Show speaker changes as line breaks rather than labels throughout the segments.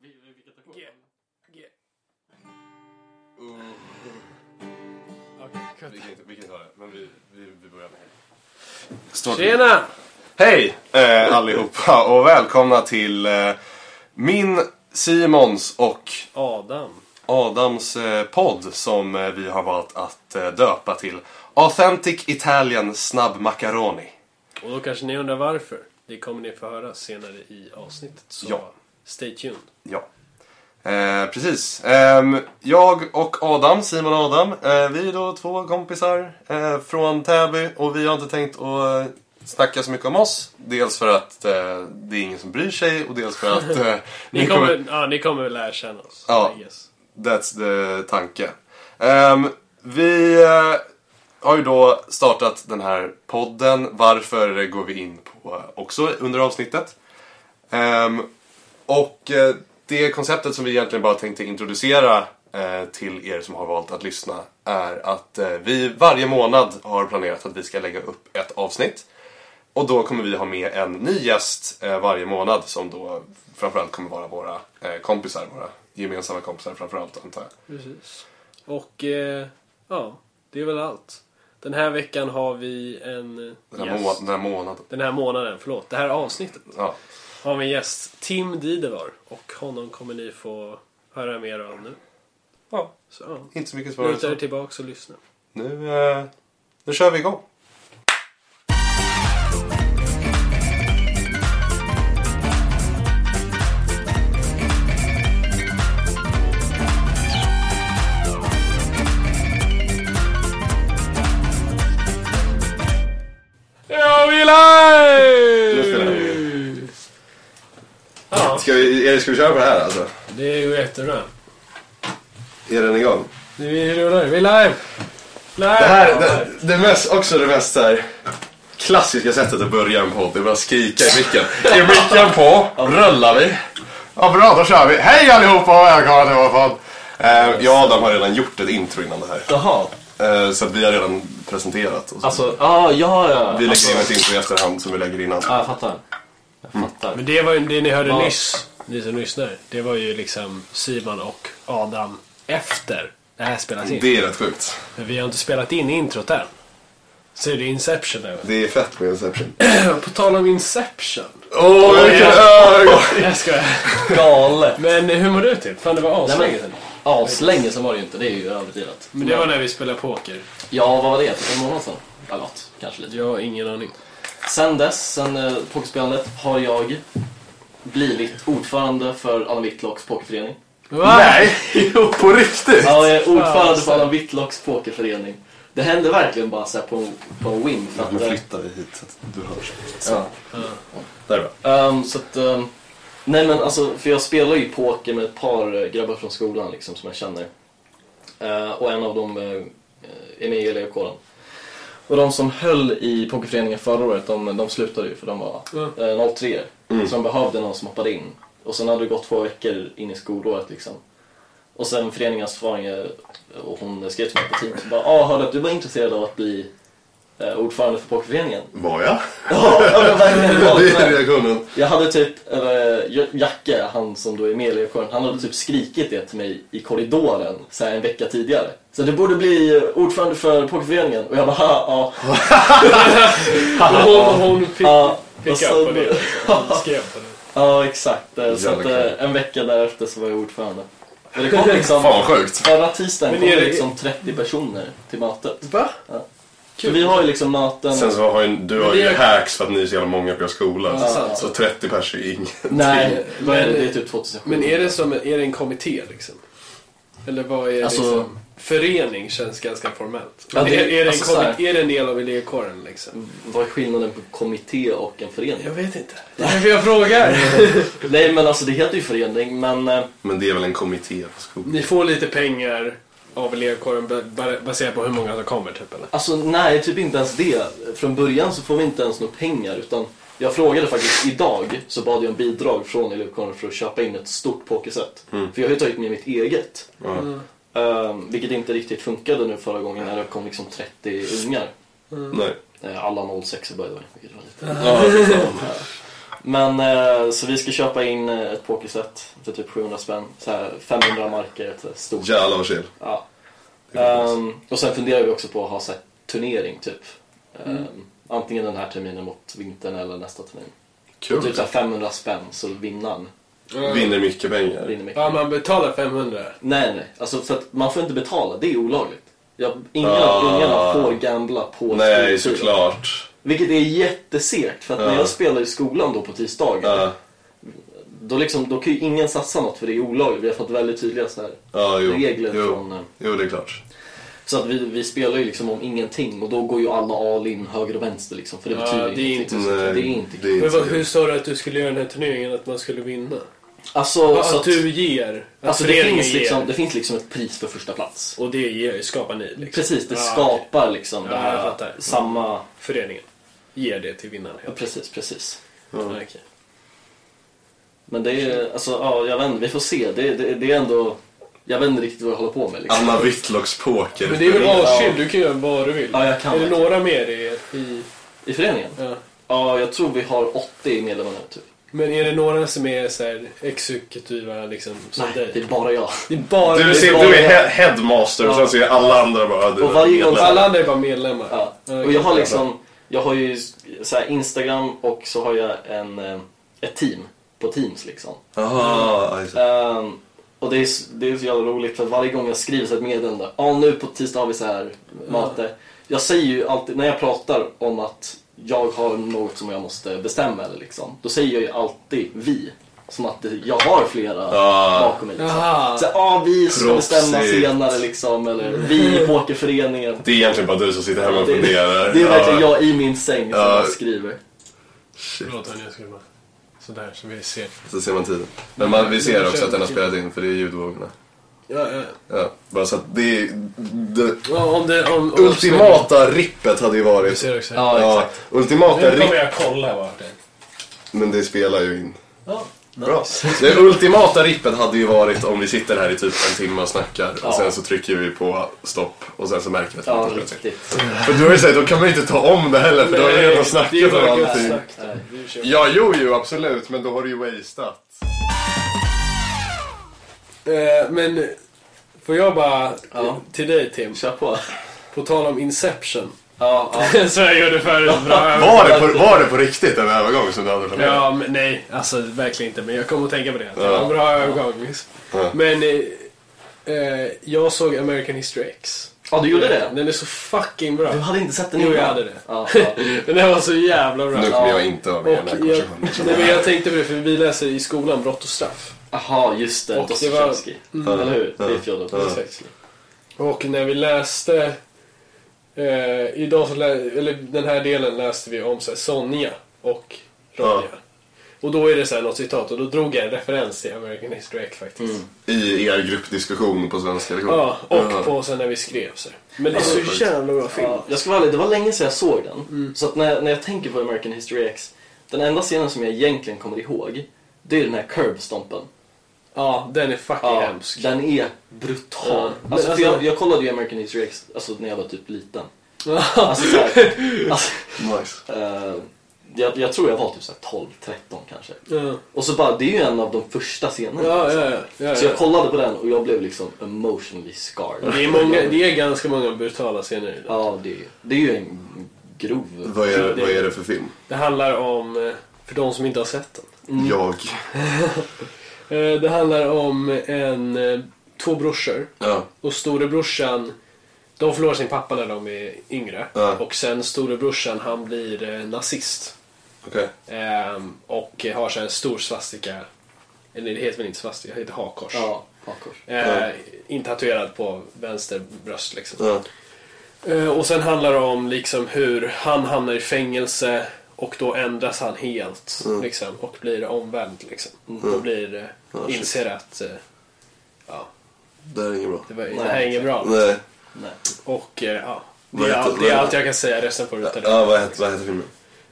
Vi- vi- Vilket ackord?
G. G.
Uh,
Okej,
vi,
cut.
kan inte, vi kan ta det, men vi, vi, vi börjar med Start.
Tjena!
Hej eh, allihopa och välkomna till eh, min, Simons och
Adam.
Adams eh, podd som eh, vi har valt att eh, döpa till Authentic Italian Snabb Macaroni.
Och då kanske ni undrar varför. Det kommer ni få höra senare i avsnittet. Så
Ja.
stay tuned.
Ja. Eh, precis. Ehm, jag och Adam, Simon och Adam, eh, vi är då två kompisar eh, från Täby och vi har inte tänkt att eh, snacka så mycket om oss. Dels för att eh, det är ingen som bryr sig och dels för att eh,
Ni kommer, ja, ni kommer väl lära känna oss.
Ja.
I guess.
That's the tanke. Ehm, vi eh, har ju då startat den här podden. Varför går vi in på eh, också under avsnittet. Ehm, och eh, det konceptet som vi egentligen bara tänkte introducera eh, till er som har valt att lyssna är att eh, vi varje månad har planerat att vi ska lägga upp ett avsnitt. Och då kommer vi ha med en ny gäst eh, varje månad som då framförallt kommer vara våra eh, kompisar, våra gemensamma kompisar framförallt antar jag.
Precis. Och eh, ja, det är väl allt. Den här veckan har vi en
Den här,
gäst.
må- den här månaden.
Den här månaden, förlåt. Det här avsnittet
Ja.
har vi en gäst. Tim Didevar. Och honom kommer ni få höra mer av nu.
ja,
Så ja.
inte så mycket svårare än
Luta er
så.
tillbaks och lyssna.
Nu, eh, nu kör vi igång.
Ja, vi är live!
Nu spelar vi.
Ja,
Ska vi, ska vi köra på det här alltså?
det går jättebra.
Är den igång?
Nu är Vi rullar, vi är live! Live!
Det här, det, det mest, också det mest så här klassiska sättet att börja en podd. Det är bara att skrika i micken. Är micken på? Rullar vi? Ja bra, då kör vi. Hej allihopa och välkomna till vår podd. Eh, jag och Adam har redan gjort ett intro innan det här.
Jaha.
Eh, så att vi har redan presenterat. Och så.
Alltså, ah, ja, ja.
vi lägger in
alltså,
ett intro i efterhand som vi lägger innan.
Ja, jag fattar. Jag fattar.
Men det var ju det ni hörde
Ja.
nyss, ni som lyssnar. Det var ju liksom Simon och Adam efter det här spelas in.
Det är rätt sjukt.
Men vi har inte spelat in introt än. Så är det Inception nu.
Det är fett med Inception.
På tal om Inception.
Åh, oh, vilken ögon!
Jag skojar.
Galet.
Men hur mår du till? Fan det var
Nej,
aslänge
men,
sedan.
aslänge så var det ju inte. Det är ju överdrivet.
Men det var när vi spelade poker.
Ja, vad var det? Typ en månad sedan? Ja, något. Kanske lite.
Jag har ingen aning.
Sen dess, sen eh, pokerspelandet, har jag blivit ordförande för Allan Whitlocks pokerförening.
Nej! På riktigt?
Ja, jag är ordförande
alltså.
för Allan Whitlocks pokerförening. Det hände verkligen bara så här på, en- på en whim. För att,
Nu
eh,
flyttar vi hit så att du hörs.
ja.
Där är bra.
Ehm, så att, ehm, nej men alltså, för jag spelar ju poker med ett par eh, grabbar från skolan liksom som jag känner. Eh, och en av dem eh, är med i elevkåren. Och de som höll i pokerföreningen förra året, de, de slutade ju för de var eh, 03
Mm.
Så de behövde någon som hoppade in. Och sen hade det gått två veckor in i skolåret liksom. Och sen föreningens svarande, och hon skrev till mig på Teams och bara ah, hörde att du var intresserad av att bli eh, ordförande för pokerföreningen.
Var jag?
Ja, men verkligen. det var
Det
så här.
är reaktionen.
Jag hade typ, eller J- Jacke, han som då är med i elevkåren, han hade typ skrikit det till mig i korridoren så här en vecka tidigare. Så du borde bli ordförande för pokerföreningen. Och jag bara, "Haha, ja.
Hon, hon fick,
Ja,
fick
och
upp på
sen-
det. liksom. Hon skrev på det.
ja, exakt. Eh, Så att,
Jävla
eh, en vecka därefter så var jag ordförande. Men det kom liksom,
Fan vad sjukt.
förra tisdagen
Men
kom
är
det
det-
liksom 30 personer till mötet.
Va?
För vi har ju liksom möten...
Sen så har ju, du har
Men
ju
det är-
hacks för att ni är så jävla många på er skola.
Ja, sant.
Så 30 pers är ingen.
Nej, vad är det?
Men-
Det är typ 2007.
Men är det som är det en kommitté liksom? Eller vad är
Alltså-
liksom? Förening känns ganska formellt.
Ja, det-
är, är, det
alltså,
en
så
kommit,
här-
är det en del av elevkåren liksom?
Vad är skillnaden på kommitté och en förening?
Jag vet inte. Det är därför jag frågar.
Nej men alltså det heter ju förening men eh,
Men det är väl en kommitté på skolan?
Ni får lite pengar av elevkåren ba- ba- baserat på hur många som kommer typ eller?
Alltså nej, typ inte ens det. Från början så får vi inte ens några pengar utan jag frågade faktiskt idag så bad jag om bidrag från elevkåren för att köpa in ett stort pokerset. För jag har ju tagit med mitt eget.
Mm. Ja.
Ehm, vilket inte riktigt funkade nu förra gången när det kom liksom 30 ungar.
Nej.
Eh, Alla 06 by the way, vilket var lite...
Ja,
Men eh, så vi ska köpa in eh, ett pokerset för typ 700 spänn. Så här 500 marker, ett så här stort.
Jävlar vad chill.
Ja.
Det är
Ehm, och sen funderar vi också på att ha så här, turnering typ. Ehm,
Mm.
Antingen den här terminen mot vintern eller nästa termin. Och typ
Kul.
så här 500 spänn så vinnaren
Vinner mycket pengar.
vinner mycket.
Ja, man betalar 500.
Nej, nej. Alltså, för att man får inte betala. Det är olagligt. Jag, inga,
Ah.
Ungarna får gambla på
Nej,
skoltid.
såklart.
Vilket är jättesegt. För att när
Ja.
jag spelar i skolan då på tisdagen.
Ja,
Då, liksom, då kan ju ingen satsa något för det är olagligt. Vi har fått väldigt tydliga så här,
ja, jo.
regler
Jo.
från... eh,
jo, det är klart.
Så att vi, vi spelar ju liksom om ingenting och då går ju alla all in höger och vänster liksom. För det
Ja,
betyder
det är
ingenting.
inte
Nej,
det är inte
det är
Men
inte
vad,
så
hur
kul.
sa du att du skulle göra den här turneringen, att man skulle vinna?
Alltså,
Ja,
så
att
att,
du ger. Att
alltså det,
föreningen
finns liksom,
ger.
det finns liksom ett pris för första plats.
Och det ger, skapar ni liksom.
Precis, det
Ja, okej.
skapar liksom det
Ja, jag
här
fattar. Mm.
samma...
Föreningen ger det till vinnaren.
Ja,
helt
precis, precis.
enkelt. Ja, okej.
Men det är, alltså, ja, jag vet inte, vi får se. Det, det, det är ändå, jag vet inte riktigt vad jag håller på med liksom.
Anna Whitlocks poker.
Men det är väl
Ja.
avskild, du kan göra vad du vill.
Ja, jag kan
är det
verkligen.
några mer i... i
I föreningen?
ja.
Ja, jag tror vi har 80 medlemmar nu typ.
Men är det några som är så här exekutiva liksom, som
Nej, det
dig?
är bara jag.
Det är bara...
Du, ser, du är he- headmaster och sen så är alla andra bara... Du,
Och varje gång-
Alla andra är bara medlemmar.
Ja.
Ja,
Och jag har
okej.
liksom, jag har ju så här Instagram och så har jag en, eh, ett team på Teams liksom.
Jaha, alltså.
Ehm, och det är, s- det är så jävla roligt för varje gång jag skriver så ett meddelande, ja nu på tisdag har vi så här möte. Jag säger ju alltid, när jag pratar om att jag har något som jag måste bestämma eller liksom, då säger jag ju alltid vi. Som att det- jag har flera
Ja.
bakom mig. Liksom.
Jaha.
Så, ja, vi ska
Proffsigt.
bestämma senare liksom, eller vi i pokerföreningen.
Det är egentligen bara du som sitter hemma och
Det-
funderar.
Det är verkligen jag i min säng som
Ja.
jag skriver.
Förlåt hörni, jag skulle bara... Sådär, så vi ser.
Så ser man tiden. Men man, vi ser också att den har spelat in för det är ljudvågorna.
Ja, ja.
Ja, bara så att det, är- det
ja om det... Om, om,
ultimata rippet hade ju
Vi
varit...
ser också.
Ja,
Ja,
exakt.
ultimata
Nu kommer
rippet.
jag kolla vart det är.
Men det spelar ju in.
Ja,
Bra. Det ultimata rippet hade ju varit om vi sitter här i typ en timme och snackar
Ja.
och sen så trycker vi på stopp och sen så märker vi att vi
ja
inte har spelat in.
riktigt.
För då är det så här, då kan man ju inte ta om det heller för då har vi redan
det är ju
snackat om
bara
allting.
gött snack. Det är ju kört.
Ja, jo, jo, absolut, men då har du ju wasteat.
Eh, Men får jag bara
Ja.
till dig Tim,
Kör på.
på tal om Inception.
Ja, ja.
så jag gjorde förut. Bra.
Var det på, var det på riktigt en övergång som du hade planerat?
Ja, men nej, alltså verkligen inte. Men jag kom att tänka på det. Att det
Ja.
var en bra övergång. liksom.
Ja.
Men eh, eh, jag såg American History X.
ja, du gjorde det?
Den är så fucking bra.
Du hade inte sett den
Jo, jag
innan?
hade det.
Ja, ja.
Den här var så jävla bra.
Nu
Och
kommer jag inte vara med i den här
jag, nej,
konversationen.
men jag tänkte på det, för vi läser i skolan Brott och straff.
Aha, just det.
Och det var- Mm.
Dostojevskij. Eller hur? Det är Fjodor
Ja.
Dostojevskij.
Och när vi läste... Eh, idag så lä- eller den här delen läste vi om så här, Sonja och Ronja.
Ja.
Och då är det så här något citat och då drog jag en referens till American History X faktiskt.
Mm.
Mm.
I er gruppdiskussion på svenska lektion?
Ja, och
Ja.
på sen när vi skrev så. här. Men det är så jävla bra film.
Ja, jag ska vara ärlig, det var länge sedan jag såg den.
Mm.
Så att när, när jag tänker på American History X, den enda scenen som jag egentligen kommer ihåg, det är den här curbstompen.
Ja, den är fucking
Ja,
hemsk.
den är brutal.
Ja. Men
Alltså, för
alltså-
jag, jag kollade ju American History X alltså, när jag var typ liten.
Ja.
Alltså, så här, alltså,
Nice.
eh, jag, jag tror jag var typ så här 12-13 kanske.
Ja,
Och så bara, det är ju en av de första scenerna.
ja,
liksom.
ja. ja, ja.
Så jag kollade på den och jag blev liksom emotionally scarred.
det, är många, det är ganska många brutala scener i den.
Ja, det, är- det är ju en grov...
Vad är, vad är det för film?
Det handlar om, eh, för de som inte har sett den.
Jag.
Eh, Det handlar om en, eh, två brorsor.
Ja.
Och storebrorsan, de förlorar sin pappa när de är yngre.
Ja.
Och sen storebrorsan, han blir eh, nazist.
Okej.
Ehm, och har så här en stor svastika, eller det heter väl inte svastika, det heter hakkors.
Ja, hakkors.
Eh, Intatuerad på vänster bröst liksom.
Ja.
Eh, Och sen handlar det om liksom hur han hamnar i fängelse och då ändras han helt liksom, och blir omvänd. Liksom. Och blir, eh,
shit.
inser att eh, ja,
Det här är inget bra.
det, var, det
Nej,
här är inget bra.
Nej.
Nej.
Och eh, ja, det är,
Vad heter-
allt,
vad
det är
heter-
allt jag kan säga, resten får du ta det.
Ja, vad heter, vad heter filmen?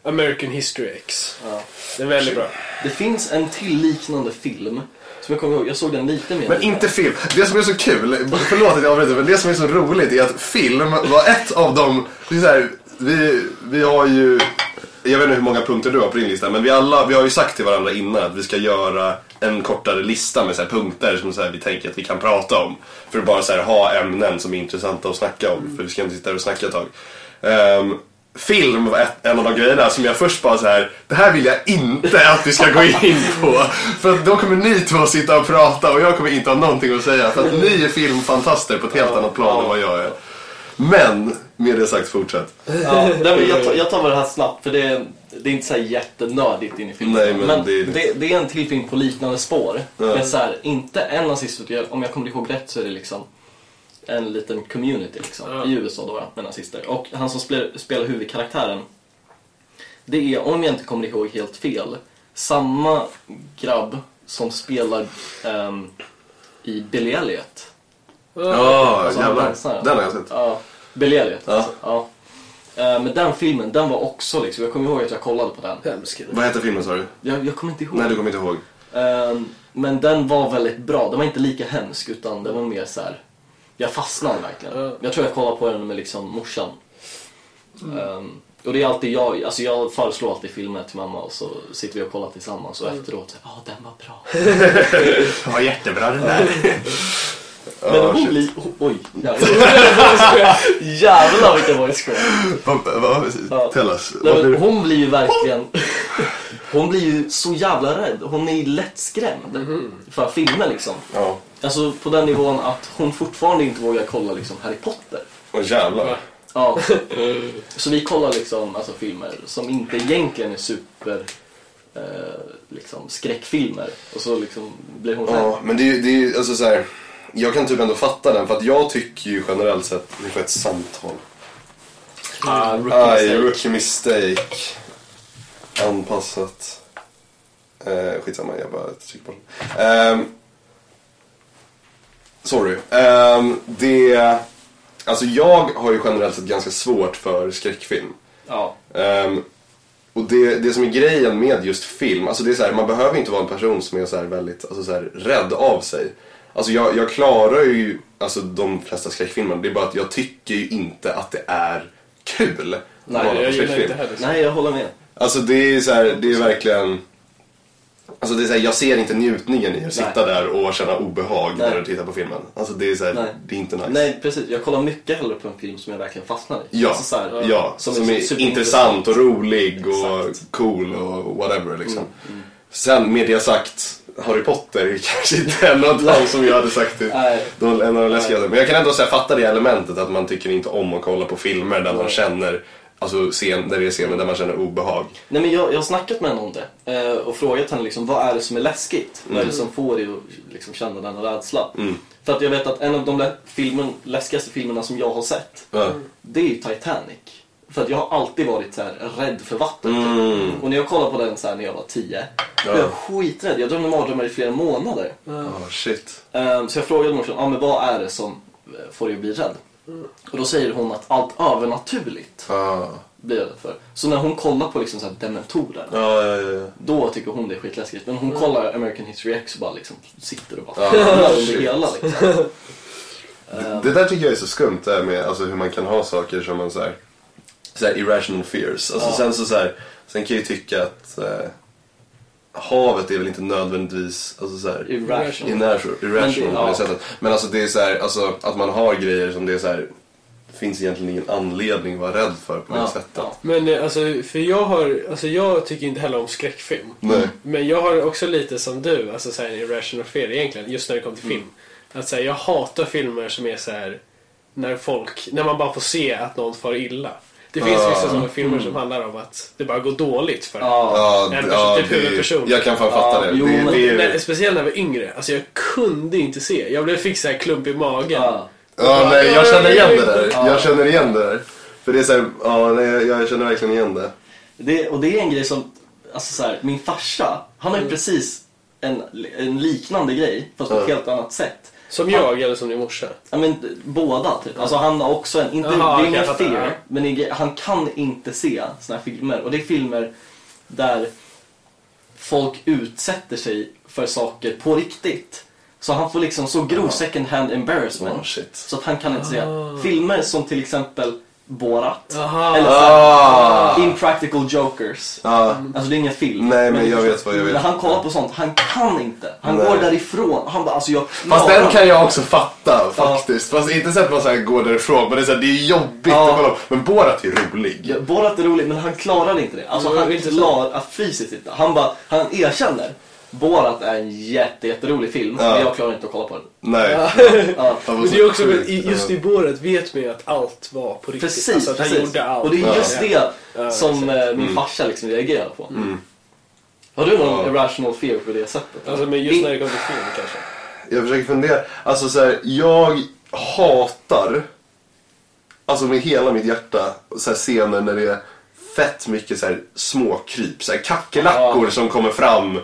American History X.
Ja.
Den är väldigt bra.
Det finns en till liknande film som jag kommer ihåg. Jag såg den lite mer.
Men inte film. Det som är så kul, förlåt att jag avbryter, men det som är så roligt är att film var ett av de, det är så här, vi, vi har ju jag vet inte hur många punkter du har på din lista, men vi, alla, vi har ju sagt till varandra innan att vi ska göra en kortare lista med så här punkter som så här vi tänker att vi kan prata om. För att bara så här ha ämnen som är intressanta att snacka om, för vi ska inte sitta här och snacka ett tag. Ehm, film var ett, en av de grejerna som jag först bara så här, det här vill jag inte att vi ska gå in på. För att då kommer ni två sitta och prata och jag kommer inte ha någonting att säga. För att ni är filmfantaster på ett helt annat plan än vad jag är. Men, med det sagt, fortsätt.
Ja, nej, men jag, tar, jag tar bara det här snabbt för det är, det är inte så här jättenördigt in i filmen.
Nej, men det är-
det, det är en till film på liknande spår. Men så här, inte en nazistutgåva, om jag kommer ihåg rätt så är det liksom en liten community liksom,
Ja.
i USA då, med nazister. Och han som spelar, spelar huvudkaraktären, det är, om jag inte kommer ihåg helt fel, samma grabb som spelar ehm, i Billy Elliot.
Ja,
Alltså, han dansar.
jävlar. Den har jag sett.
Ja, Billy Elliot
Ja.
alltså. Ja. Eh, Men den filmen, den var också liksom, jag kommer ihåg att jag kollade på den.
Hemsk.
Vad heter filmen sa du?
Jag, jag kommer inte ihåg.
Nej, du kommer inte ihåg.
Eh, Men den var väldigt bra, den var inte lika hemsk utan den var mer så här. jag fastnade verkligen.
Ja.
Jag tror jag kollade på den med liksom morsan. Eh, Och det är alltid jag, alltså jag föreslår alltid filmer till mamma och så sitter vi och kollar tillsammans och efteråt så ja den var bra.
Den var jättebra den där.
Men hon
shit.
blir, oh, oj, jävlar. jävlar vilken voice crack.
Vad- vad-
Ja.
Tell us.
Nej,
Vad
men
blir-
hon blir ju verkligen... Hon blir ju så jävla rädd. Hon är ju lättskrämd
Mhm.
för filmer liksom.
Ja.
Alltså på den nivån att hon fortfarande inte vågar kolla liksom Harry Potter.
Åh jävlar.
Ja. Så vi kollar liksom alltså, filmer som inte egentligen är super eh, liksom, skräckfilmer. Och så liksom blir hon rädd.
Ja, men det är ju, det är ju alltså så här, jag kan typ ändå fatta den för att jag tycker ju generellt sett, vi får ett samtal.
Ah, rookie
Aj,
mistake.
rookie mistake. Anpassat. Eh, skitsamma, jag bara trycker på den. Ehm, sorry. Ehm, det... Alltså jag har ju generellt sett ganska svårt för skräckfilm.
Ja.
Ehm, och det, det som är grejen med just film, alltså det är så här, man behöver inte vara en person som är så här väldigt alltså så här, rädd av sig. Alltså jag, jag klarar ju alltså, de flesta skräckfilmer, det är bara att jag tycker ju inte att det är kul. att
Nej,
kolla på
Jag gillar
skräckfilm.
inte heller.
Nej, jag håller med.
Alltså det är ju så här, det är verkligen... Alltså det är så här, jag ser inte njutningen i att sitta där och känna obehag
Nej.
när du tittar på filmen. Alltså det är så här,
Nej.
det är inte nice.
Nej, precis. Jag kollar mycket hellre på en film som jag verkligen fastnar i.
Ja,
Alltså, så här,
ja som, är intressant och rolig och cool och whatever liksom.
Mm,
Sen med det sagt, Harry Potter är kanske inte en av de som jag hade sagt det.
Nej.
De, en av de läskigaste. Men jag kan ändå så här, fatta det elementet att man tycker inte om att kolla på filmer där man känner, alltså scen, där det är scener där man känner obehag.
Nej, men jag, jag har snackat med henne om det eh, och frågat henne liksom, vad är det som är läskigt? Vad är det som får dig att liksom, känna denna rädsla?
Mm.
För att jag vet att en av de lä- filmen, läskigaste filmerna som jag har sett,
Ja.
det är ju Titanic. För att jag har alltid varit så här, rädd för vatten. typ.
Mm.
Och när jag kollade på den så här, när jag var 10, då var jag skiträdd. Jag drömde mardrömmar i flera månader.
Ah, shit.
Eh, Så jag frågade morsan, ah, men vad är det som eh, får dig att bli rädd? Och då säger hon att allt övernaturligt
Ah.
blir jag rädd för. Så när hon kollar på liksom, så här, dementorer,
Ja, ja, ja.
då tycker hon det är skitläskigt. Men hon kollar American History X och bara liksom sitter och bara kollar under
shit.
hela liksom.
Det där tycker jag är så skumt det här med alltså, hur man kan ha saker som man så här, så här irrational fears. Alltså,
Ja.
sen, så, så här, sen kan jag ju tycka att eh, havet är väl inte nödvändigtvis alltså, så här,
Irrational.
irrational, irrational
Men det-
på det
ja.
sättet. Men alltså det är så här, alltså, att man har grejer som det är så här, finns egentligen ingen anledning att vara rädd för på det
Ja,
sättet.
ja.
Men eh, alltså, för jag har, alltså jag tycker inte heller om skräckfilm.
Nej.
Men jag har också lite som du, alltså så här, en irrational fear egentligen, just när det kommer till
Mm.
film. Att så här, jag hatar filmer som är så här när folk, när man bara får se att någon far illa. Det
Ah.
finns vissa sådana filmer
Mm.
som handlar om att det bara går dåligt för
Ja.
Ja,
En
d-
person-
ja,
typ
det-
huvudperson.
Jag kan fan
Ja,
fatta det.
jo,
det,
men-
det är,
Nej, speciellt när jag var yngre. Alltså jag kunde inte se. Jag blev fick så här klump i magen.
Ja.
Ja, nej, jag känner igen det där. Jag känner igen det där. För det är så här, ja, nej, jag- jag känner verkligen igen det.
Det, och det är en grej som, alltså så här, min farsa, han har ju precis en, en liknande grej fast på ett
Ja.
helt annat sätt.
Som jag eller som din morsa.
Ja, men d- båda typ. Alltså han har också en, inte,
Jaha,
det är
okej,
ingen
jag fattar,
fear,
ja.
men det är en grej- han kan inte se såna här filmer. Och det är filmer där folk utsätter sig för saker på riktigt. Så han får liksom så grov second hand embarrassment.
Oh, shit.
Så att han kan inte se filmer som till exempel Borat.
Aha.
Eller
Ah.
såhär, Impractical Jokers.
Ja.
Mm.
Alltså det är ingen film.
Nej, men jag vet vad jag vet.
När han kollar på sånt, han kan inte. Han
Nej.
går därifrån. Han bara, alltså jag
Fast
klarar-
den kan jag också fatta faktiskt. Fast inte så att man så här går därifrån. Men det är, så här, det är jobbigt
Ja.
att kolla på. Men Borat är rolig.
Ja, Borat är rolig, men han klarade inte det. Alltså
Mm,
han
intressant.
klarade att fysiskt inte. Han bara, han erkänner. Borat är en jätte, jätterolig film,
Ja.
men jag klarar inte att kolla på den.
Nej.
Ja.
Han var
Men
så
det är också,
sjukt.
i- just i Borat vet man ju att allt var på riktigt.
Precis,
alltså att
precis.
han gjorde allt.
Och det är just det
Ja,
som eh, min farsa liksom reagerar på. Har du någon
Mm. Ja.
irrational fear på det sättet?
Alltså, men just när det kommer till film kanske.
Jag försöker fundera. Alltså så här, jag hatar, alltså med hela mitt hjärta, så här scener när det är fett mycket så här småkryp. Så här kackerlackor som kommer fram.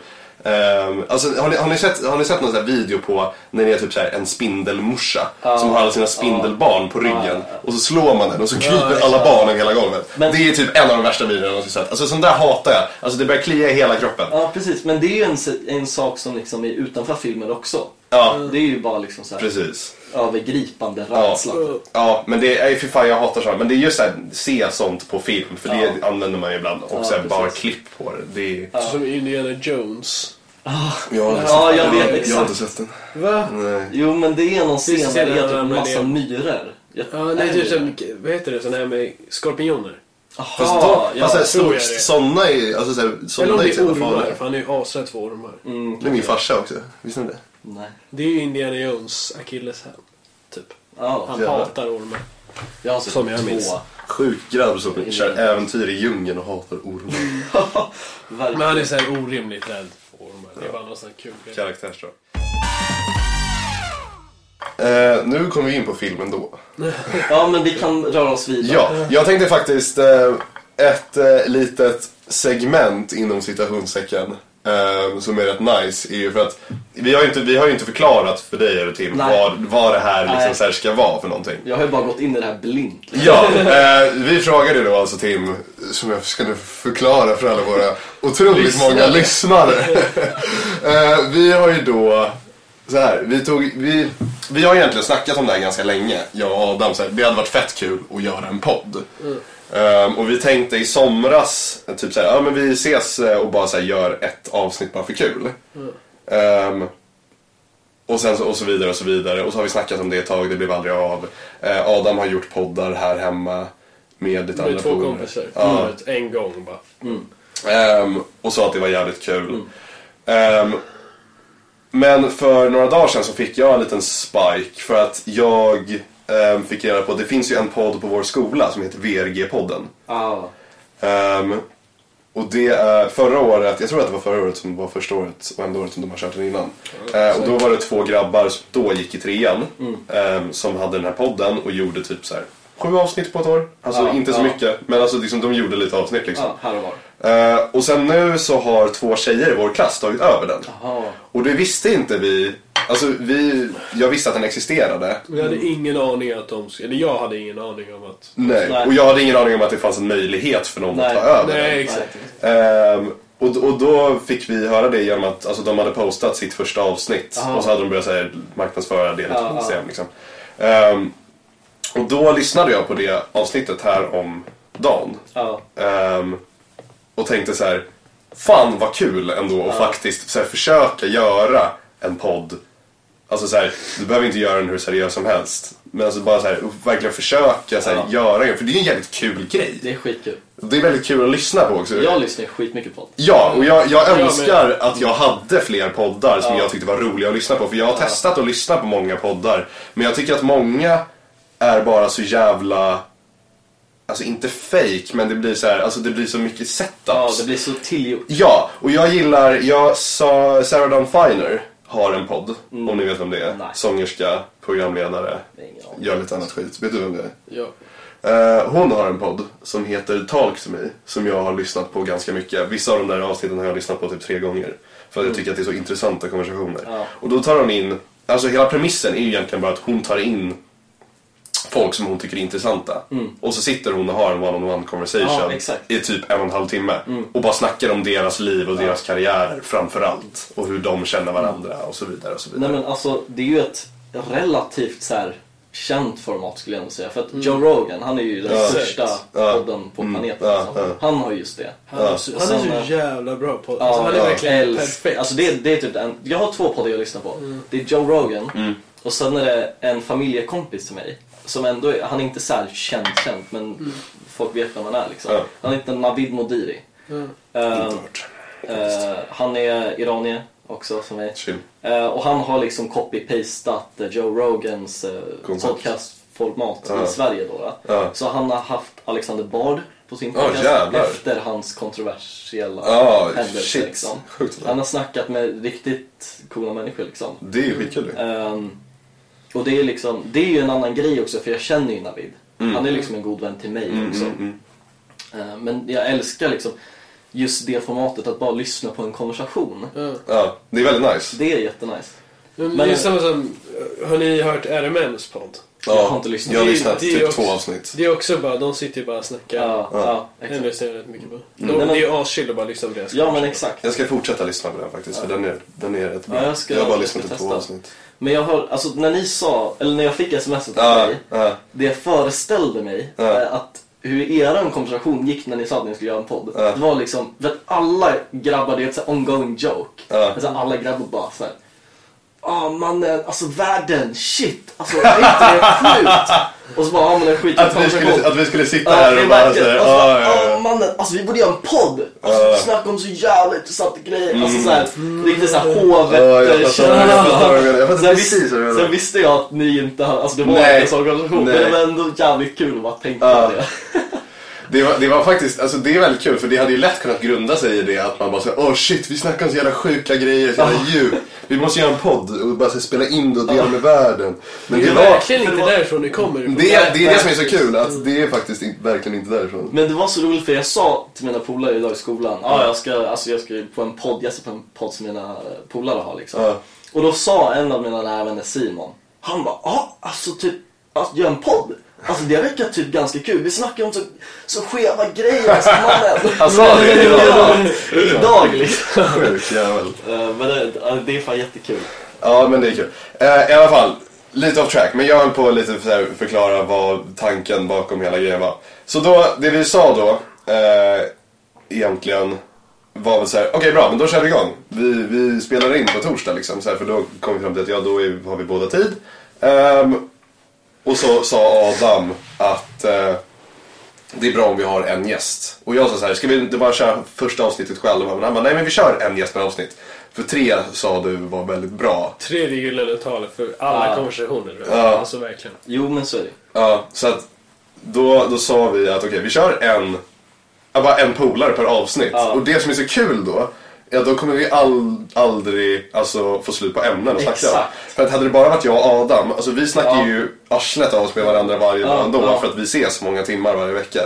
Ehm, alltså, har, ni, har, ni sett, har ni sett någon sån här video på när det är typ så här en spindelmorsa som har alla sina spindelbarn på ryggen och så slår man den och så kryper alla barn över hela golvet.
Men-
det är typ en av de värsta videorna jag någonsin sett. Alltså sånt där hatar jag. Alltså det börjar klia i hela kroppen.
Ja, precis. Men det är ju en, s- en sak som liksom är utanför filmen också.
Ja,
Det är ju bara liksom så här
precis.
övergripande
Ja.
rädsla.
Ja, men det är för fan jag hatar sånt. Men det är just såhär, se sånt på film. För det använder man ju ibland. Och sen
precis.
bara klipp på det. det är...
Som Indiana Jones.
jag, har inte
Ja,
sett
jag
den.
vet
Jag har
exakt.
inte sett den.
Va?
Nej.
Jo, men det är någon scen
Precis,
där det är
den
typ en
ramlar ner.
massa myror. Jag-
Ja, nej,
är
typ
det-
som, vad heter det, sån här med skorpioner.
Aha,
Fast, då,
ja.
fast såhär,
tror jag
så-
det.
såna är alltså, såhär, såna
Eller om
är
det
så
är
jävla
ormar,
farliga.
för han är ju asrädd för ormar.
Mm.
Det är min farsa också. Visste ni det?
Nej.
Det är ju Indiana Jones akilleshäl. Typ.
Ja,
Han
Jävlar.
hatar ormar.
jag har sett
Som jag
två.
minns.
Sjuk grabb som kör äventyr i djungeln och hatar ormar.
Verkligen.
Men han är såhär orimligt rädd för ormar. Det är bara någon sån här kul grej.
Karaktärsdrag. Eh, nu kommer vi in på filmen då.
Ja, men vi kan röra oss vidare.
Ja, jag tänkte faktiskt eh, ett eh, litet segment inom citationstecken eh, som är rätt nice är ju för att vi har ju inte, vi har ju inte förklarat för dig eller Tim
Nej.
vad, vad det här liksom
Nej.
så här ska vara för någonting.
Jag har ju bara gått in i det här blint.
Ja, eh, vi frågade då alltså Tim, som jag ska nu förklara för alla våra otroligt många lyssnare. eh, vi har ju då, så här, vi, tog, vi, vi har egentligen snackat om det här ganska länge, jag och Adam. Så här, det hade varit fett kul att göra en podd.
Mm.
Eh, och vi tänkte i somras, typ så här, ja men vi ses eh, och bara så här, gör ett avsnitt bara för kul. Ehm, och sen så, och så vidare och så vidare. Och så har vi snackat om det ett tag, det blev aldrig av. Eh, Adam har gjort poddar här hemma med lite andra
Med två
polare.
kompisar. Mm.
Ja.
Förut, En gång bara.
Mm.
Ehm, och sa att det var jävligt kul.
Mm.
Ehm, men för några dagar sedan så fick jag en liten spike för att jag ehm, fick reda på, det finns ju en podd på vår skola som heter VRG-podden.
Ja.
Ehm, och det är förra året, jag tror att det var förra året som var första året och enda året som de har kört den innan. Eh, och då var det två grabbar som då gick i trean
Mm.
ehm, som hade den här podden och gjorde typ så här sju avsnitt på ett år. Alltså
Ja,
inte så
ja.
mycket, men alltså liksom, de gjorde lite avsnitt liksom.
ja, här och var.
Eh, och sen nu så har två tjejer i vår klass tagit över den.
Ja.
Och det visste inte vi, alltså vi, jag visste att den existerade.
Vi hade ingen aning att de skulle... Eller jag hade ingen aning om att...
Nej.
Nej.
Och jag hade ingen aning om att det fanns en möjlighet för någon att
Nej.
ta över den.
Nej, exakt.
Ehm, och, och då fick vi höra det genom att alltså, de hade postat sitt första avsnitt
Aha.
och så hade de börjat så här, marknadsföra det lite
Ja,
på
ja.
Instagram. Liksom. Ehm, och då lyssnade jag på det avsnittet här om dagen
Ja.
Ehm, och tänkte så här, fan vad kul ändå att faktiskt så här, försöka göra en podd. Alltså så här, du behöver inte göra den hur seriös som helst. Men alltså bara så här, verkligen försöka så här,
Ja.
göra den. För det är en jävligt kul grej.
Det är skitkul.
Det är väldigt kul att lyssna på också.
Jag lyssnar ju skitmycket på det.
Ja, och jag, jag
men-
önskar att jag hade fler poddar som
Ja.
jag tyckte var roliga att lyssna på. För jag har testat att lyssna på många poddar. Men jag tycker att många är bara så jävla... Alltså inte fake men det blir så här, alltså det blir så mycket
Ja,
setups.
det blir så tillgjort.
Ja, och jag gillar, jag sa Sarah Dawn Finer har en podd, om ni vet vem det är.
Mm. Nej.
Sångerska, programledare,
Ingen aning.
gör lite annat skit. Vet du vem det är?
Ja.
Eh, hon har en podd som heter Talk to me som jag har lyssnat på ganska mycket. Vissa av de där avsnitten har jag lyssnat på typ tre gånger. För att jag tycker att det är så intressanta konversationer.
Mm. Ja.
Och då tar hon in, alltså hela premissen är ju egentligen bara att hon tar in folk som hon tycker är intressanta. Och så sitter hon och har en one-on-one
Mm. Ja,
conversation
exakt. Mm.
i typ en och en halv timme. Och bara snackar om deras liv och deras karriärer framför allt. Och hur de känner varandra och så vidare. Och så vidare.
Nej men alltså, det är ju ett relativt så här känt format skulle jag ändå säga. För att Joe Rogan, han är ju den
Mm. Ja.
största
Ja. Mm.
podden på planeten.
Ja,
Alltså.
ja.
Han har just det.
Han, är så- han är
Och
så
sen, eh,
jävla bra på alltså, Han är
ja.
verkligen
Älsk-
perfekt. Mm.
Alltså det, det är typ den. Jag har två poddar jag lyssnar på. Det är Joe Rogan och sen är det en familjekompis till mig. Som ändå är, han är inte särskilt känd, känd men folk vet vem han är liksom.
Ja.
Han heter Navid Modiri.
Mm.
Eh,
Klart.
eh, han är iranier också som mig.
Chill.
Eh, och han har liksom copy-pastat eh, Joe Rogans eh,
Koncept.
podcastformat
Ja.
i Sverige då. va?
Ja.
Så han har haft Alexander Bard på sin
Ja,
podcast
jävlar.
efter hans kontroversiella
Ja,
händelse.
shit.
Liksom.
Sjukt.
Han har snackat med riktigt coola människor liksom.
Det är ju skitkul det.
Ehm, och det är, liksom, det är ju en annan grej också för jag känner ju Navid.
Mm.
Han är liksom en god vän till mig också. Ehm, men jag älskar liksom just det formatet att bara lyssna på en konversation.
Ja.
Ja, det är väldigt nice.
Det är jättenice.
Men,
Men-
det är samma som, har ni hört RMMs podd?
Jag har inte lyssnat.
Jag har
Det-
lyssnat
det är
typ
också-
två avsnitt.
Det är också bara, de sitter ju bara och snackar.
Ja, ja.
Den
exakt.
lyssnar jag rätt mycket på. De,
Nej, men-
Det är ju aschill att bara lyssna på deras
Ja men exakt.
Jag ska fortsätta lyssna på den faktiskt, för den är, den är rätt bra.
Ja, jag ska-
har bara
jag
lyssnat
ska
på två
testa.
avsnitt.
Men jag hör, alltså när ni sa, eller när jag fick smset av
Ja,
dig.
ja,
Det jag föreställde mig
Ja.
eh, att hur er konversation gick när ni sa att ni skulle göra en podd.
Ja.
Det var liksom, för att alla grabbar, det är ett så här ongoing joke.
Ja.
Alltså alla grabbar bara såhär. Ah mannen, alltså världen, shit! Alltså är inte det sjukt? Och så bara, ja ah, men det är skit
Att vi, skulle, att vi skulle sitta
Ja, det
här
är
och bara
verkligen.
såhär,
Och så
ja,
bara,
ja,
"Åh,
ja.
mannen, alltså vi borde göra en podd! Alltså
Ja.
snacka om så jävla intressanta grejer. Alltså såhär, riktigt såhär hovet.
Mm. Ja, jag
eh,
fattar vad du- jag fattar vad du menar. Jag fattar
Sen
precis vad du
visste-
menar.
Sen visste jag att ni inte hade, alltså det var
Nej.
inte en sån organisation. Men
Nej.
det var ändå jävligt kul att bara tänka
Ja.
på det.
Det var, det var faktiskt, alltså det är väldigt kul för det hade ju lätt kunnat grunda sig i det att man bara såhär, åh shit vi snackar om så jävla sjuka grejer, så jävla djupt. Vi måste göra en podd och bara så här, spela in det och dela med världen. Men
Det
det
är
var,
verkligen inte därifrån det kommer.
det, är- det är det som är så kul, att det är faktiskt inte- verkligen inte därifrån.
Men det var så roligt för jag sa till mina polare idag i skolan, ja ah, jag ska, alltså jag ska ju på en podd, jag ska på en podd som mina eh, polare har liksom.
Ja.
Och då sa en av mina nära vänner Simon, han bara, ja ah, alltså typ, alltså, gör en podd. Alltså det verkar typ ganska kul, vi snackar om så, så skeva grejer alltså, mannen.
Han sa det idag.
Idag liksom.
Sjuk jävel.
Eh, Men det, ja, det är fan jättekul.
Ja, men det är kul. Eh, I alla fall, lite off track, men jag höll på lite för att förklara vad tanken bakom hela grejen var. Så då, det vi sa då, eh, egentligen, var väl så här, okej bra, men då kör vi igång. Vi, vi spelar in på torsdag liksom, så här, för då kom vi fram till att ja, då är, har vi båda tid. Ehm, och så sa Adam att eh, det är bra om vi har en gäst. Och jag sa så här, ska vi inte bara köra första avsnittet själva? Men han bara, nej men vi kör en gäst per avsnitt. För tre sa du var väldigt bra.
Tredje gyllene talet för alla
Ja.
konversationer. Alltså verkligen.
Jo men så är det.
Ja, så att då, då sa vi att okej, vi kör en, ja, bara en polare per avsnitt.
Ja.
Och det som är så kul då, ja då kommer vi all, aldrig alltså, få slut på ämnen att snacka om.
Exakt.
För att hade det bara varit jag och Adam, alltså vi snackar
Ja.
ju arslet av oss med varandra varje
Ja,
dag ändå
ja.
för att vi ses många timmar varje vecka.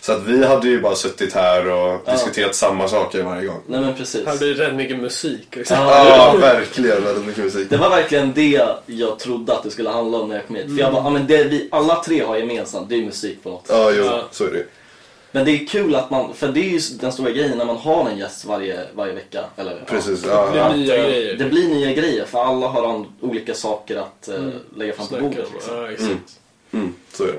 Så att vi hade ju bara suttit här och diskuterat samma saker varje gång.
Nej men precis.
Här blir det rätt mycket musik. Liksom.
Ja.
Ja, verkligen. Väldigt mycket musik.
Det var verkligen det jag trodde att det skulle handla om när jag kom hit. För jag bara, ah, men det vi alla tre har gemensamt, det är musik på något sätt.
Ja, jo,
Ja.
så är det ju.
Men det är kul att man, för det är ju den stora grejen när man har en gäst varje, varje vecka. Eller, ja.
Precis. Ja,
Det
ja.
blir nya
Eh,
grejer.
Det blir nya grejer för alla har an- olika saker att eh, lägga fram på
Snackar om.
bordet. Liksom.
Mm. Ja, exakt.
Mm, så är det.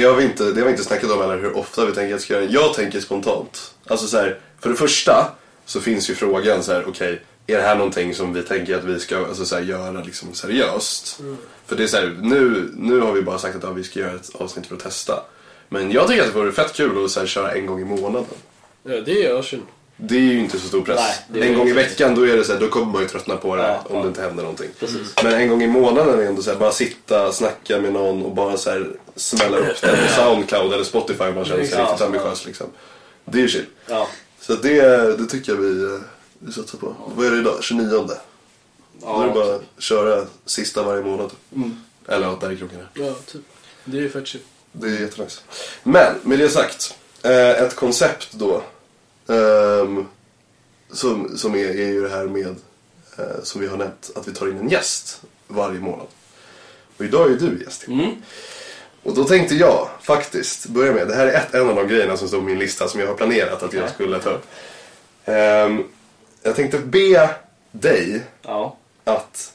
Det, har vi inte, det har vi inte snackat om heller hur ofta vi tänker att ska göra det. Jag tänker spontant. Alltså så här, för det första så finns ju frågan så här, okej, är det här någonting som vi tänker att vi ska alltså så här, göra liksom seriöst? För det är så här, nu, nu har vi bara sagt att ja, vi ska göra ett avsnitt för att testa. Men jag tycker att det vore fett kul att så här, köra en gång i månaden.
Ja, det är Ocean.
Det är ju inte så stor press.
Nej, det är
en gång i
precis.
veckan då, är det så här, då kommer man ju tröttna på det
Ja,
om
ja.
det inte händer någonting.
Precis.
Men en gång i månaden är ändå så här, bara sitta, snacka med någon och bara så här, smälla upp den på Soundcloud eller Spotify om man känner sig
Ja,
riktigt
ja.
ambitiös. Liksom. Det är ju chill.
Ja,
Så det, det tycker jag vi, eh, vi satsar på. Vad är det idag? 29? Då är det bara
ja. Mm.
att köra sista varje månad. Eller ja, där i krokarna.
Ja, typ. Det är ju fett chill.
Det är jättenice. Men med det sagt, eh, ett koncept då. ehm, som som är, är ju det här med, eh, som vi har nämnt, att vi tar in en gäst varje månad. Och idag är du gäst.
Mm.
Och då tänkte jag faktiskt börja med, det här är ett, en av de grejerna som står på min lista som jag har planerat att jag skulle ta upp. Ehm, jag tänkte be dig
ja.
att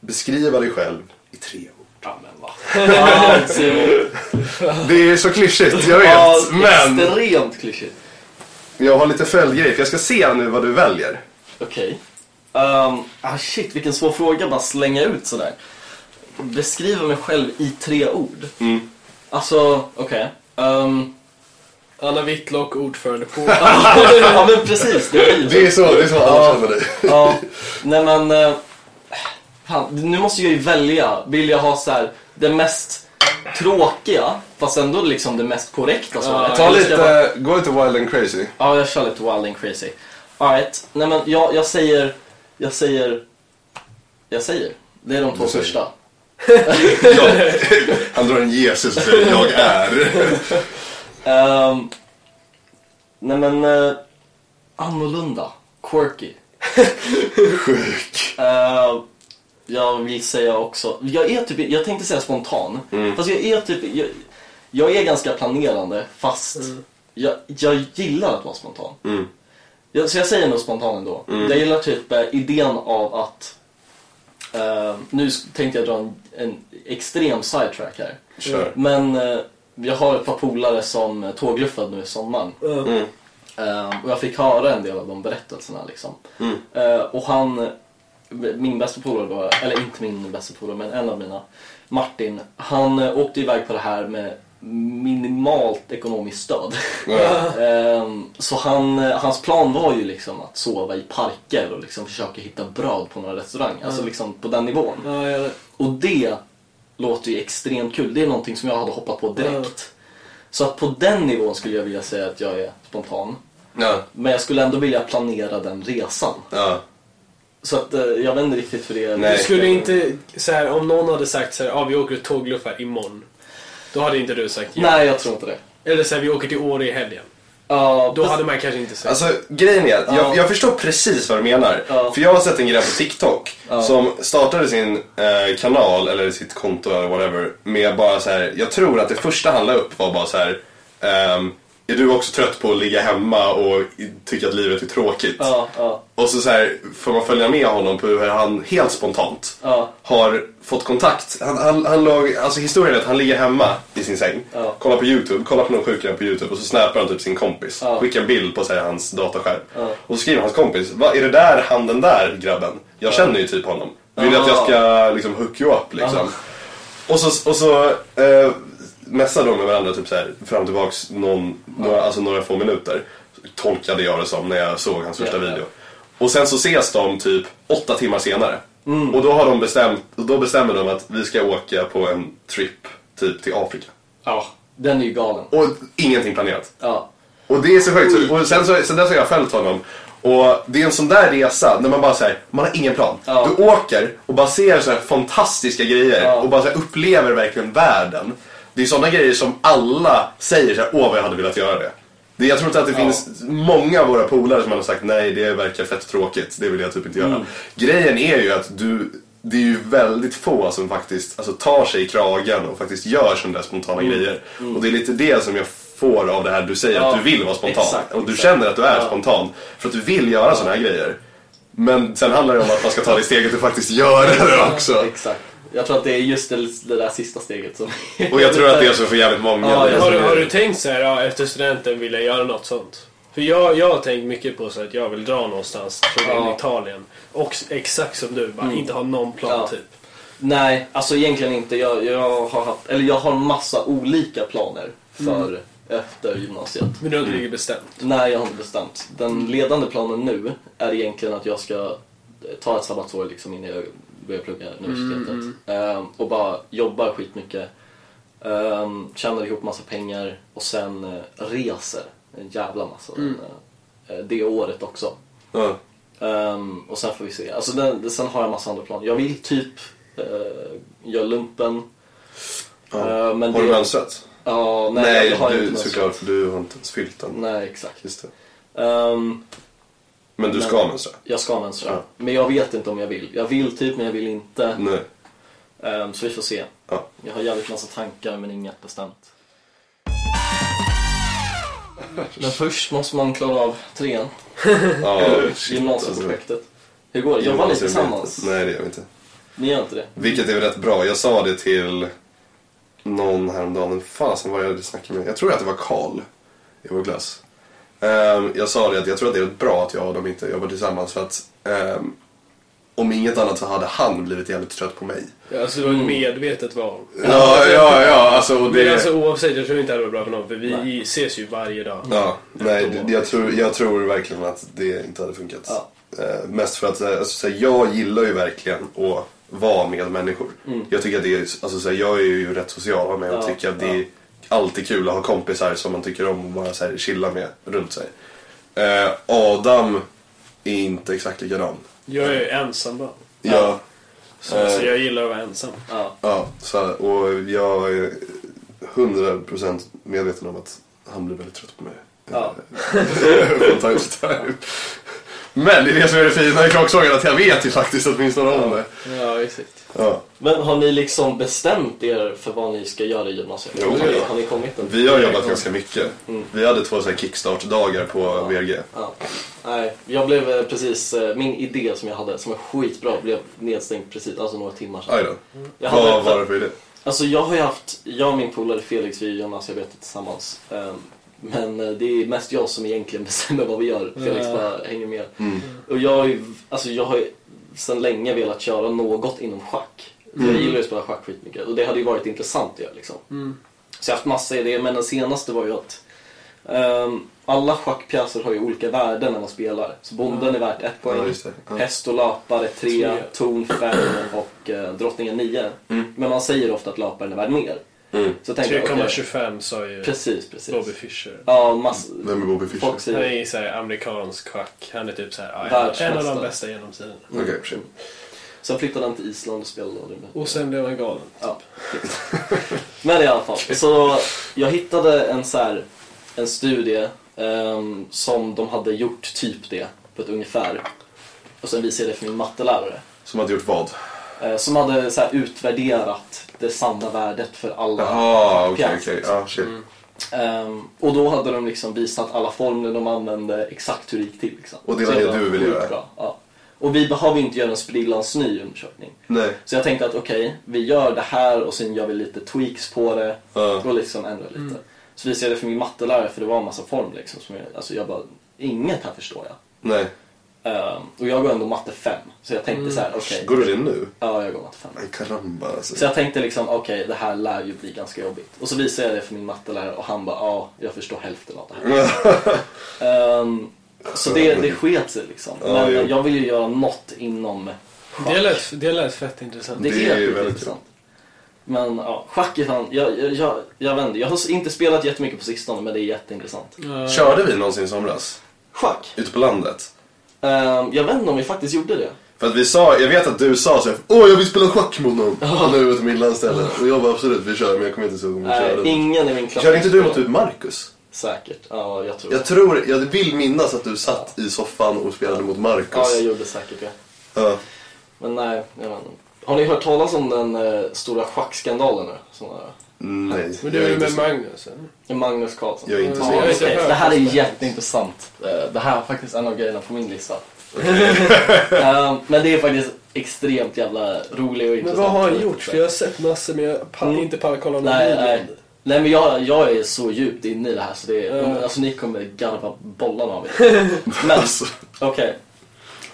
beskriva dig själv i tre ord.
ja men vad Wow, Simon.
Det är så klyschigt, jag
Ah. Ja,
vet. Men
Extremt klyschigt.
jag har lite följdgrej för jag ska se nu vad du väljer.
Okej. Ehm, ah shit, vilken svår fråga bara slänga ut sådär. Beskriva mig själv i tre ord.
Mm.
Alltså, okej. Ehm,
Anna Whitlock, ordförande på...
ja men precis, det blir
Det är så, det är så alla känner dig.
Ja, nej men... eh, Fan, nu måste jag ju välja. Vill jag ha så här det mest tråkiga, fast ändå liksom det mest korrekta svaret?
Ja,
Ta
Eller ska jag bara-
lite, gå lite wild and crazy.
Ja, jag kör lite wild and crazy. Alright, nej men jag, jag säger... Jag säger... Jag säger. Det är de två
Du säger.
första.
Ja. Han drar en Jesus och säger jag är.
Ehm, nej men... eh, annorlunda. Quirky.
Sjuk.
Eh, jag vill säga också, jag är typ, jag tänkte säga spontan. Fast jag är typ, jag, jag är ganska planerande fast
Mm.
jag, jag gillar att vara spontan.
Mm.
Jag, så jag säger nog spontan ändå. Jag gillar typ eh, idén av att, eh, nu s- tänkte jag dra en, en extrem sidetrack här.
Kör.
Men eh, jag har ett par polare som eh, tågluffade nu i sommaren.
Mm.
Eh, och jag fick höra en del av de berättelserna liksom. Eh, och han, min bästa polare då, eller inte min bästa polare men en av mina, Martin, han eh, åkte iväg på det här med minimalt ekonomiskt stöd.
Ja.
Eh, så han, eh, hans plan var ju liksom att sova i parker och liksom försöka hitta bröd på några restauranger. Alltså liksom på den nivån.
Ja, jag,
Och det låter ju extremt kul. Det är någonting som jag hade hoppat på direkt. Så att på den nivån skulle jag vilja säga att jag är spontan.
Ja.
Men jag skulle ändå vilja planera den resan.
Ja.
Så att eh, jag vet inte riktigt för det.
Nej.
du skulle inte... Så här, om någon hade sagt så här, ah, vi åker och tågluffar imorgon. Då hade inte du sagt ja.
Nej, jag tror inte det.
Eller så här, vi åker till Åre i helgen.
Ja,
Då
fast-
hade man kanske inte sagt.
Alltså grejen är att
Ja.
jag, jag förstår precis vad du menar.
Ja.
För jag har sett en grej på TikTok som startade sin eh, kanal eller sitt konto eller whatever med bara så här. jag tror att det första han la upp var bara så här. ehm, är du också trött på att ligga hemma och i- tycka att livet är tråkigt?
Ja, ja,
Och så, så här, får man följa med honom på hur han helt spontant
Ja.
har fått kontakt. Han, han, han låg, alltså historien är att han ligger hemma i sin säng,
Ja.
kollar på YouTube, kollar på någon sjukgrej på YouTube och så snappar han typ sin kompis.
Ja.
Skickar en bild på så här, hans dataskärm. Och så skriver hans kompis, vad är det där han den där grabben? Jag känner ju typ honom. Vill du att jag ska liksom hook you up liksom? Och så, och så eh, messade de med varandra typ så här, fram och tillbaks någon, några, alltså några få minuter. Tolkade jag det som när jag såg hans första
Ja, ja.
video. Och sen så ses de typ åtta timmar senare. Och då har de bestämt, och då bestämmer de att vi ska åka på en trip typ till Afrika.
ja. Den är ju galen.
Och ingenting planerat.
Ja.
Och det är så sjukt.
Mm.
Så- Och sen, så, sen dess har jag följt honom. Och det är en sån där resa när man bara säger man har ingen plan.
Ja.
Du åker och bara ser så här fantastiska grejer
Ja.
och bara så här upplever verkligen världen. Det är såna grejer som alla säger så här, åh vad jag hade velat göra det. det jag tror inte att det finns många av våra polare som har sagt nej det verkar fett tråkigt, det vill jag typ inte göra.
Mm.
Grejen är ju att du, det är ju väldigt få som faktiskt alltså, tar sig i kragen och faktiskt gör sådana där spontana
Mm.
grejer. Och det är lite det som jag får av det här du säger,
Ja,
att du vill vara spontan.
exakt,
och du
exakt.
känner att du är
Ja.
spontan för att du vill göra sådana här grejer. Men sen handlar det om att man ska ta det steget och faktiskt göra det också.
Exakt. Jag tror att det är just det, det där sista steget som...
Och jag tror att det är så för jävligt många.
Ja, jag
har, du, har du tänkt så här, ja, efter studenten vill jag göra något sånt? För jag, jag har tänkt mycket på så här att jag vill dra någonstans, troligen
Ja. Mm.
Italien. Och s- exakt som du, bara inte ha någon plan
Ja.
typ.
Nej, alltså egentligen inte. Jag, jag har haft, eller jag har en massa olika planer för
Mm.
efter gymnasiet.
Men du har inte riktigt bestämt.
Nej, jag har inte bestämt. Den ledande planen nu är egentligen att jag ska eh, ta ett sabbatsår liksom innan jag börjar plugga universitetet. Ehm, och bara jobbar skitmycket. Um, tjänar ihop massa pengar och sen eh, reser en jävla massa. eh, det året också.
Ja.
Ehm, och sen får vi se. Alltså, den, sen har jag massa andra planer. Jag vill typ uh, göra lumpen. Eh, men
Har du
det-
mönstrat?
Ja, nej,
Nej,
jag har
du,
inte mönstrat.
såklart. Du har inte ens fyllt den.
Nej, exakt.
Just det.
Ehm,
Men du
Men-
ska mönstra?
Jag ska mönstra.
Ja.
Men jag vet inte om jag vill. Jag vill typ, men jag vill inte.
Nej.
Ehm, så vi får se.
Ja.
Jag har jävligt massa tankar, men inget bestämt. Men först måste man klara av trean.
Ja, shit,
Gymnasieprojektet. Hur går det?
alltså.
Jobbar ni
Gymnasium-
tillsammans?
Nej, det gör vi inte.
Ni gör inte det?
Vilket är väl rätt bra. Jag sa det till någon häromdagen. Vem fasen var det jag snackade med? Jag tror att det var Karl i vår klass. Ehm, jag sa det att jag tror att det är bra att jag och de inte jobbar tillsammans för att ehm, om inget annat så hade han blivit jävligt trött på mig.
Ja, alltså det var ett medvetet val.
Mm. Ja, ja, ja. Alltså, och det...
Men alltså oavsett, jag tror inte det hade varit bra för någon för vi ses ju varje dag.
Ja, nej, det- jag tror, jag tror verkligen att det inte hade funkat.
Ja.
Eh, mest för att eh, alltså, så här, jag gillar ju verkligen att vara med människor. Jag tycker att det är, alltså, så här, jag är ju rätt social av mig och
Mm. Ja,
tycker att det är
ja.
alltid kul att ha kompisar som man tycker om och bara så här, chilla med runt sig. Eh, Adam är inte exakt likadan.
Jag är ju ensam bara.
Ja. eh, Ja,
Så alltså, jag gillar att vara ensam.
Ja.
så, här, och jag är 100% medveten om att han blir väldigt trött på mig.
Ja.
Från time to time. Men det är det som är det fina i Kråksången, att jag vet ju faktiskt åtminstone om det.
Ja, exakt.
Ja.
Men har ni liksom bestämt er för vad ni ska göra i gymnasiet?
Jo,
har, ni,
ja.
har ni kommit en
Vi har jobbat ganska mycket. Vi hade två så här kickstart-dagar på VG.
Ja. Nej, jag blev eh, precis, eh, min idé som jag hade som var skitbra blev nedstängd precis, alltså några timmar sedan.
Aj då.
Jag hade-
Vad var det för idé?
Alltså jag har ju haft, jag och min polare Felix vi gör gymnasiearbetet tillsammans. Ehm, Men eh, det är mest jag som egentligen bestämmer vad vi gör. Felix
Ja.
bara hänger med. Och jag har ju, alltså jag har ju sedan länge velat köra något inom schack. Jag gillar ju att spela schack skitmycket och det hade ju varit intressant att göra liksom. Så jag har haft massa idéer men den senaste var ju att ehm, alla schackpjäser har ju olika värden när man spelar. Så bonden är värt ett
Ja,
poäng,
just det. Ja.
häst och löpare tre,
Tre.
ton fem och eh, drottningen nio.
Mm.
Men man säger ofta att löparen är värd mer. Så tänker jag, okej,
3,25 sa ju
precis,
Bobby
precis.
Fischer.
Ja, mass...
Vem är Bobby Fischer?
Folk
Okej,
Han
säger...
är så här amerikansk schack. Han är typ så här, ja, en av
Världsmästare.
de bästa genom tiden.
Mm.
shit.
Sen flyttade han till Island och spelade aldrig mer.
Och sen blev han galen.
Ja. Men i alla fall, så jag hittade en, så här, en studie ehm, som de hade gjort typ det, på ett ungefär. Och sen visade jag det för min mattelärare.
Som hade gjort vad?
eh, Som hade så här utvärderat det sanna värdet för alla
Jaha, okej,
Pjäs. Mm.
okej. Ja, shit.
Ehm, och då hade de liksom visat alla formler de använde, exakt hur det gick till. Liksom.
Och det var
Så
det
bara,
du ville
sjukt
göra?
bra, Ja. Och vi behöver inte göra en sprillans ny undersökning.
Nej.
Så jag tänkte att okej, vi gör det här och sen gör vi lite tweaks på det
Ja.
och liksom ändrar lite. Så visade jag det för min mattelärare för det var en massa form liksom. Som jag, alltså jag bara, inget här förstår jag.
Nej.
Ehm, och jag går ändå matte 5. Så jag tänkte så här, okej.
Går du det nu?
Ja, jag går matte 5.
Ay, Karamba alltså.
Så jag tänkte liksom, okej det här lär ju bli ganska jobbigt. Och så visade jag det för min mattelärare och han bara, ja jag förstår hälften av det här. Ehm, så det, det sket sig liksom.
Ja,
Men
jo.
jag vill ju göra något inom
Det lät, det lät fett intressant.
det,
Det är
är
ju
sjukt
väldigt
intressant. Men ja, schack är fan, jag, jag, jag, jag vänder. Jag har inte spelat jättemycket på sistone men det är jätteintressant.
Körde vi någonsin i somras?
Schack?
Ute på landet?
Ehm, jag vet inte om vi faktiskt gjorde det.
För att vi sa, jag vet att du sa så här, åh jag vill spela schack med honom. Han är ute på inlandsstället. Och jag bara absolut vi kör men jag kommer inte ihåg om vi
Nej,
körde.
ingen i min klass.
Körde inte du mot typ Marcus?
Säkert, ja jag tror
Jag tror, jag vill minnas att du satt i soffan och spelade mot
Ja, jag
Marcus.
gjorde säkert det.
Ja.
Men nej, jag vet inte. Har ni hört talas om den eh, stora schackskandalen nu? Som, eh,
Nej,
Mm. Men
jag
du
är
är
inte
med
så-
Magnus eller?
Magnus Karlsson?
jag är inte så.
Ja.
Okej,
jag har
det här är
hört det.
jätteintressant. Eh, Det här är faktiskt en av grejerna på min lista. Eh, Men det är faktiskt extremt jävla rolig och
Men
intressant.
vad har han gjort? För jag har sett massor men jag pallar
Mm.
inte pallar kolla någon
Nej,
video.
nej. nej men jag, jag är så djupt inne i det här så det är,
Ja.
alltså, ni kommer garva bollarna av er. Men
Alltså.
okej.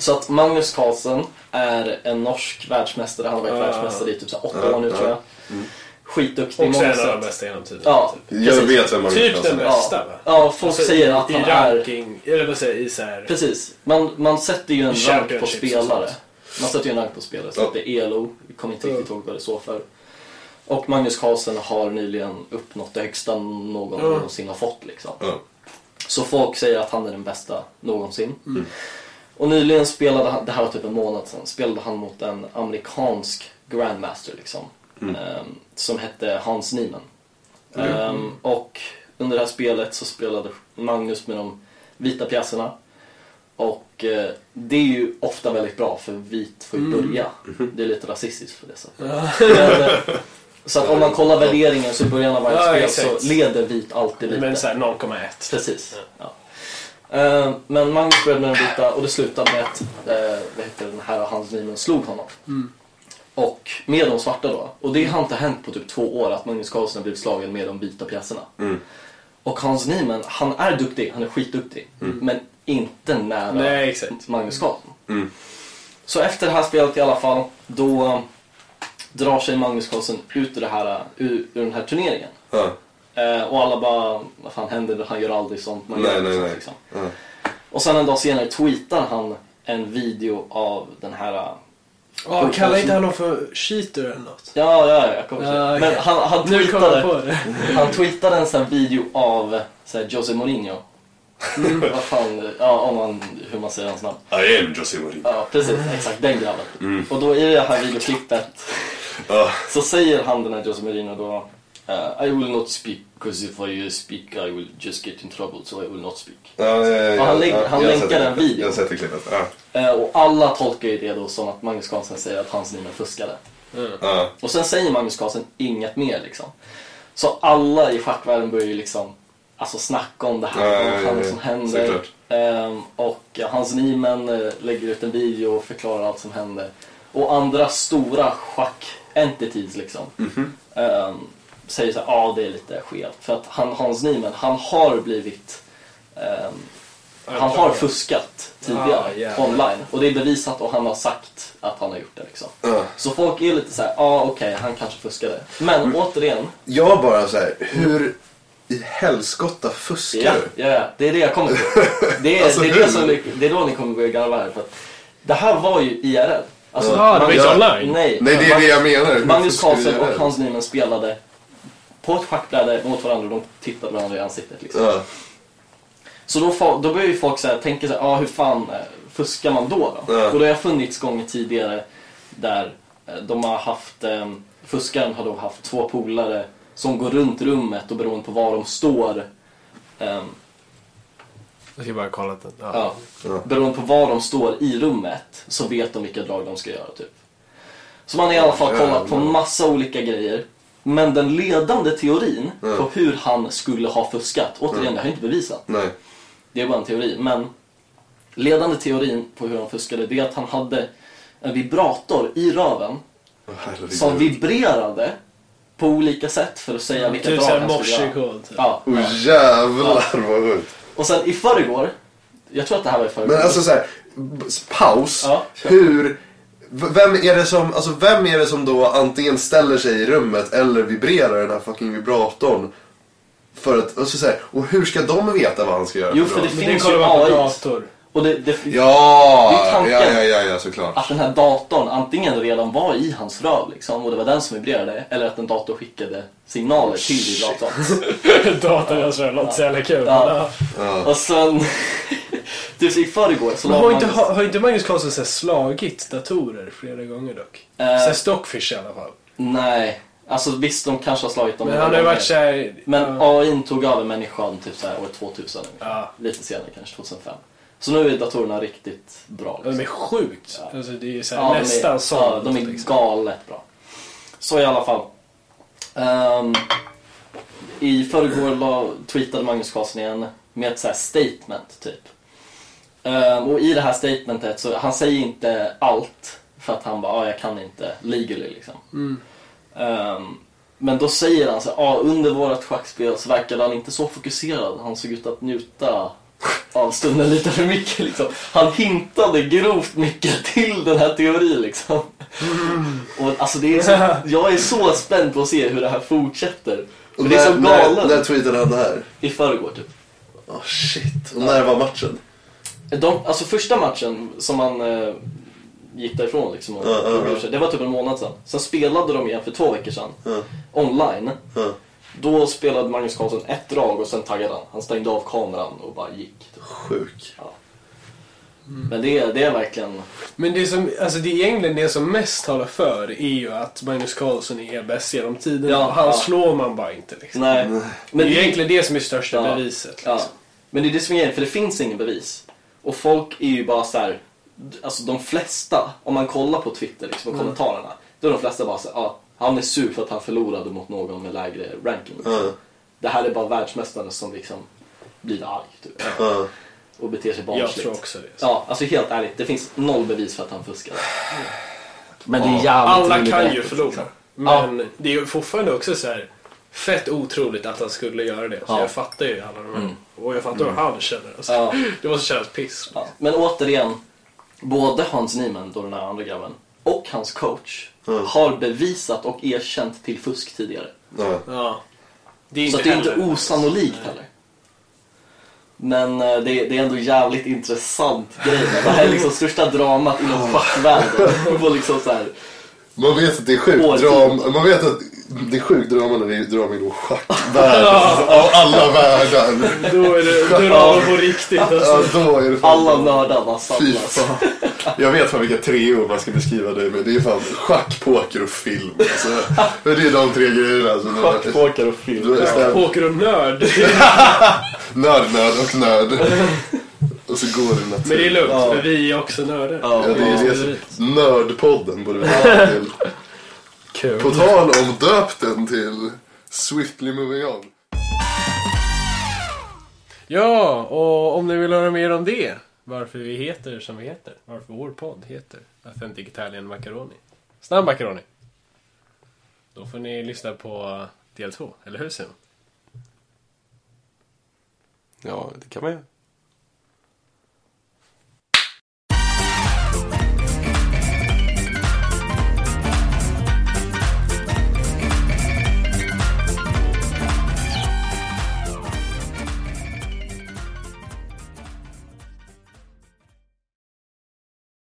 Så att Magnus Carlsen är en norsk världsmästare. Han har
Ja.
varit världsmästare i typ så här åtta
Ja,
år nu
ja.
tror jag.
ah.
Skitduktig i
Också
många
en av de
sätt.
bästa genom tiden.
Ja,
Mm. Jag
precis.
vet vem Marcus alltså.
Typ den
Karlsson är.
bästa
Ja,
va?
ja folk säger att
Alltså, i
han är...
ranking, Eller vad säger jag, i så här...
Precis. Man, man sätter ju en rank på
Championships och
spelare.
sånt.
Man sätter ju en rank på spelare. Så
Ja.
att det är ELO. Jag kommer inte riktigt
Ja.
ihåg vad det står för. Och Magnus Carlsen har nyligen uppnått det högsta någon
Ja.
någonsin har fått. Liksom.
Ja.
Så folk säger att han är den bästa någonsin.
Mm.
Och nyligen spelade han, det här var typ en månad sedan, spelade han mot en amerikansk grandmaster liksom.
Mm.
ehm, som hette Hans Niemann. Ehm, och under det här spelet så spelade Magnus med de vita pjäserna. Och eh, det är ju ofta väldigt bra för vit får ju
Mm.
börja.
Mm-hmm.
Det är lite rasistiskt på det sättet. Men, eh, så att om man kollar värderingen så i början av varje
Ja,
spel
exakt.
så leder vit alltid vita.
Men såhär 0,1.
Precis. Ja. Eh, men Magnus började med den
Mm.
vita och det slutade med att eh, vad heter den här Hans Nyman slog honom. Och Med de svarta då. Och det har inte hänt på typ två år att Magnus Carlsen har blivit slagen med de vita pjäserna. Och Hans Niemann, han är duktig, han är skitduktig. Men inte nära
Nej, exakt.
Magnus Carlsen. Så efter det här spelet i alla fall, då eh, drar sig Magnus Carlsen ut ur, det här, eh, ur, ur den här turneringen.
Ja.
Eh, och alla bara, vad fan händer? Han gör aldrig sånt. Man
Nej,
gör
nej,
sånt,
nej.
Liksom.
Ja.
Och sen en dag senare tweetar han en video av den här... eh,
Ja, kallar inte han honom för cheater eller något?
Ja, ja, jag kommer till det.
Ja, okej.
Men han, han,
Nu kommer jag
tweetade,
på det.
han tweetade en sån här video av så här, Jose Mourinho.
Mm.
vad fan, eh, ja, om man, hur man säger hans namn.
I am Jose Mourinho.
Ja, precis.
Mm.
Exakt, den grabben.
Mm.
Och då i det här videoklippet
Ja.
så säger han den här Jose Mourinho då eh, I will not speak, because if I eh, speak I will just get in trouble, so I will not speak.
Ja, ja, ja, ja,
han länk-
ja,
han
jag har sett
länkar
det
en
klippet.
video.
Jag har sett det klippet. Ja.
Eh, Och alla tolkar ju det då som att Magnus Carlsen säger att hans Nina fuskade.
Ja.
Och sen säger Magnus Carlsen inget mer liksom. Så alla i schackvärlden börjar ju liksom alltså snacka om det här,
Ja, ja,
vad
ja,
fan
ja.
som händer.
Såklart.
Ehm, och Hans Niemann eh, lägger ut en video och förklarar allt som hände. Och andra stora schack-entities liksom.
Mhm.
ehm, säger så här, ja det är lite skevt. För att han, Hans Niemann, han har blivit ehm, han har fuskat tidigare
Ah, jävlar.
online och det är bevisat och han har sagt att han har gjort det. Liksom.
Ja.
Så folk är lite så här, ja ah, okej, han kanske fuskade. Men
Mm.
återigen,
Jag bara så här, hur i helskotta fuskar
ja,
du?
ja, ja, det är det jag kommer till. Det är,
Alltså,
det, är
hur?
det, som, ni- det är då ni kommer börja garva här. För att det här var ju IRL. Alltså,
Ja, det var inte
Ja.
online.
nej,
Nej, det är det jag menar. Hur
Magnus
fuskar du
Carlsen och
där?
Hans Nyman spelade på ett schackbräde mot varandra och de tittade varandra i ansiktet. Liksom.
Ja.
Så då, fa- då börjar ju folk så här, tänka så här, ah, hur fan eh, fuskar man då? då?
Ja.
Och det har funnits gånger tidigare där eh, de har haft, eh, fuskaren har då haft två polare som går runt rummet och beroende på var de står eh,
Jag ska bara kolla den. Ja.
ja,
Ja.
beroende på var de står i rummet så vet de vilka drag de ska göra typ. Så man har i alla fall kollat på
jävlar.
massa olika grejer. Men den ledande teorin på hur han skulle ha fuskat, återigen det har jag inte bevisat.
Nej.
Det är bara en teori, men ledande teorin på hur han fuskade det är att han hade en vibrator i röven
Åh, herregud.
som vibrerade på olika sätt för att säga vilka
Typ
drag
såhär
han skulle göra.
morsekod. Typ.
Ja.
Åh jävlar vad sjukt.
Och sen i förrgår, jag tror att det här var i förrgår.
Men alltså så här, b- paus.
Ja.
Hur... v- Vem är, det som, alltså vem är det som då antingen ställer sig i rummet eller vibrerar den här fucking vibratorn? För att, alltså så här, och hur ska de veta vad han ska göra?
Jo,
för
för
dem?
det
Men det
finns
kollar
ju
man på
AI.
dator.
Och det, det,
Ja,
Det är
ja,
tanken.
ja,
Ah,
ja, ja, såklart.
att den här datorn antingen redan var i hans röv liksom, och det var den som vibrerade, eller att en dator skickade signaler till vibratorn.
Datorn jag tror låter så jävla kul.
Ja.
Ja.
Och sen, typ i förrgår så
Men
la
har,
man-
inte, har, har inte Magnus Carlsen så här slagit datorer flera gånger dock?
Eh.
Såhär stockfish i alla fall.
Nej, alltså visst de kanske har slagit dem.
Men
några
han har ju
gånger.
varit såhär...
Men AI tog över människan typ så här år 2000 ungefär.
Ja.
Lite senare kanske, 2005. Så nu är datorerna riktigt bra.
Ja, de är
liksom.
sjukt.
Ja.
Alltså, det är ju så här
Ja, de är-
nästan
ja,
sånt.
De är
liksom.
galet bra. Så i alla fall. Ehm, I förrgår la, tweetade Magnus Carlsen igen med ett så här statement typ. Ehm, och i det här statementet så han säger inte allt för att han bara, ah, jag kan inte legally liksom. Ehm, men då säger han så här, ah, under vårt schackspel så verkade han inte så fokuserad. Han såg ut att njuta av stunden lite för mycket liksom. Han hintade grovt mycket till den här teorin liksom.
Mm.
Och, alltså, det är så, jag är så spänd på att se hur det här fortsätter. För
Och
det är
när,
så
när, när
galet.
tweetade han det här?
I förrgår typ.
Åh shit. Och när var matchen?
De, alltså första matchen som man eh, gick därifrån liksom, och,
Ja, ja, ja.
och- det var typ en månad sedan. Sen spelade de igen för två veckor sedan.
Ja.
Online.
Ja.
Då spelade Magnus Karlsson ett drag och sen taggade han. Han stängde av kameran och bara gick. typ.
Sjuk.
Ja.
Mm.
Men det, är- det är verkligen...
Men det som, alltså det är egentligen det som mest talar för är ju att Magnus Carlsen är bäst genom tiden.
Ja,
och han
ja.
slår man bara inte liksom.
Nej.
Mm.
Men det är egentligen det som är största
Ja.
beviset. Liksom.
Ja. Men det är det som är grejen, för det finns ingen bevis. Och folk är ju bara så här, alltså de flesta, om man kollar på Twitter, liksom,
Mm.
och kommentarerna, då är de flesta bara så här, ah, han är sur för att han förlorade mot någon med lägre ranking. Liksom.
Ja.
Det här är bara världsmästaren som liksom blir arg typ,
Ja.
och beter sig
Jag
barnsligt.
tror också det.
Ja, alltså helt ärligt, det finns noll bevis för att han fuskade.
Men det är jävligt
Alla
rolig
kan ju
berättelse,
förlora.
liksom.
Men det är ju fortfarande också så här fett otroligt att han skulle göra det. Så
Ja. Mm.
jag fattar ju alla de här. Och jag fattar hur han känner. Alltså.
Ja.
Det måste kännas piss.
Ja. Men återigen, både Hans Niemann, då den här andra grabben, och hans coach
Mm.
har bevisat och erkänt till fusk tidigare.
Ja.
Ja. Det är
Så
inte,
att det är inte
heller-
osannolikt heller. Men eh, det är, det är ändå jävligt intressant grej. Det här är liksom största dramat inom fackvärlden. På liksom så här,
Man vet att det är
Årtid.
sjukt drama. Man vet att det är sjukt drama när det är drama inom schackvärlden. Av alla världar.
Då är det, då är det ja. på riktigt. Alltså.
Ja, då är det fan
alla nördar bara
Fy
samlas.
fan. Jag vet fan vilka treor man ska beskriva det med. Det är fan schack, poker och film. Alltså, det är de tre grejerna. Alltså,
Schackpåkar och film.
Då är det så här,
Poker och nörd.
nörd, nörd och nörd. Och så går det
Men det är
naturligt.
lugnt,
Ja.
för vi är också nördar.
Ja,
Ja, det är det. som- Nördpodden borde vi döpa till.
Kul.
På tal om döpt den till Swiftly Moving On.
Ja, och om ni vill höra mer om det, varför vi heter som vi heter, varför vår podd heter Authentic Italian Macaroni. Snabb macaroni. Då får ni lyssna på del två, eller hur Simon?
Ja, det kan man ju.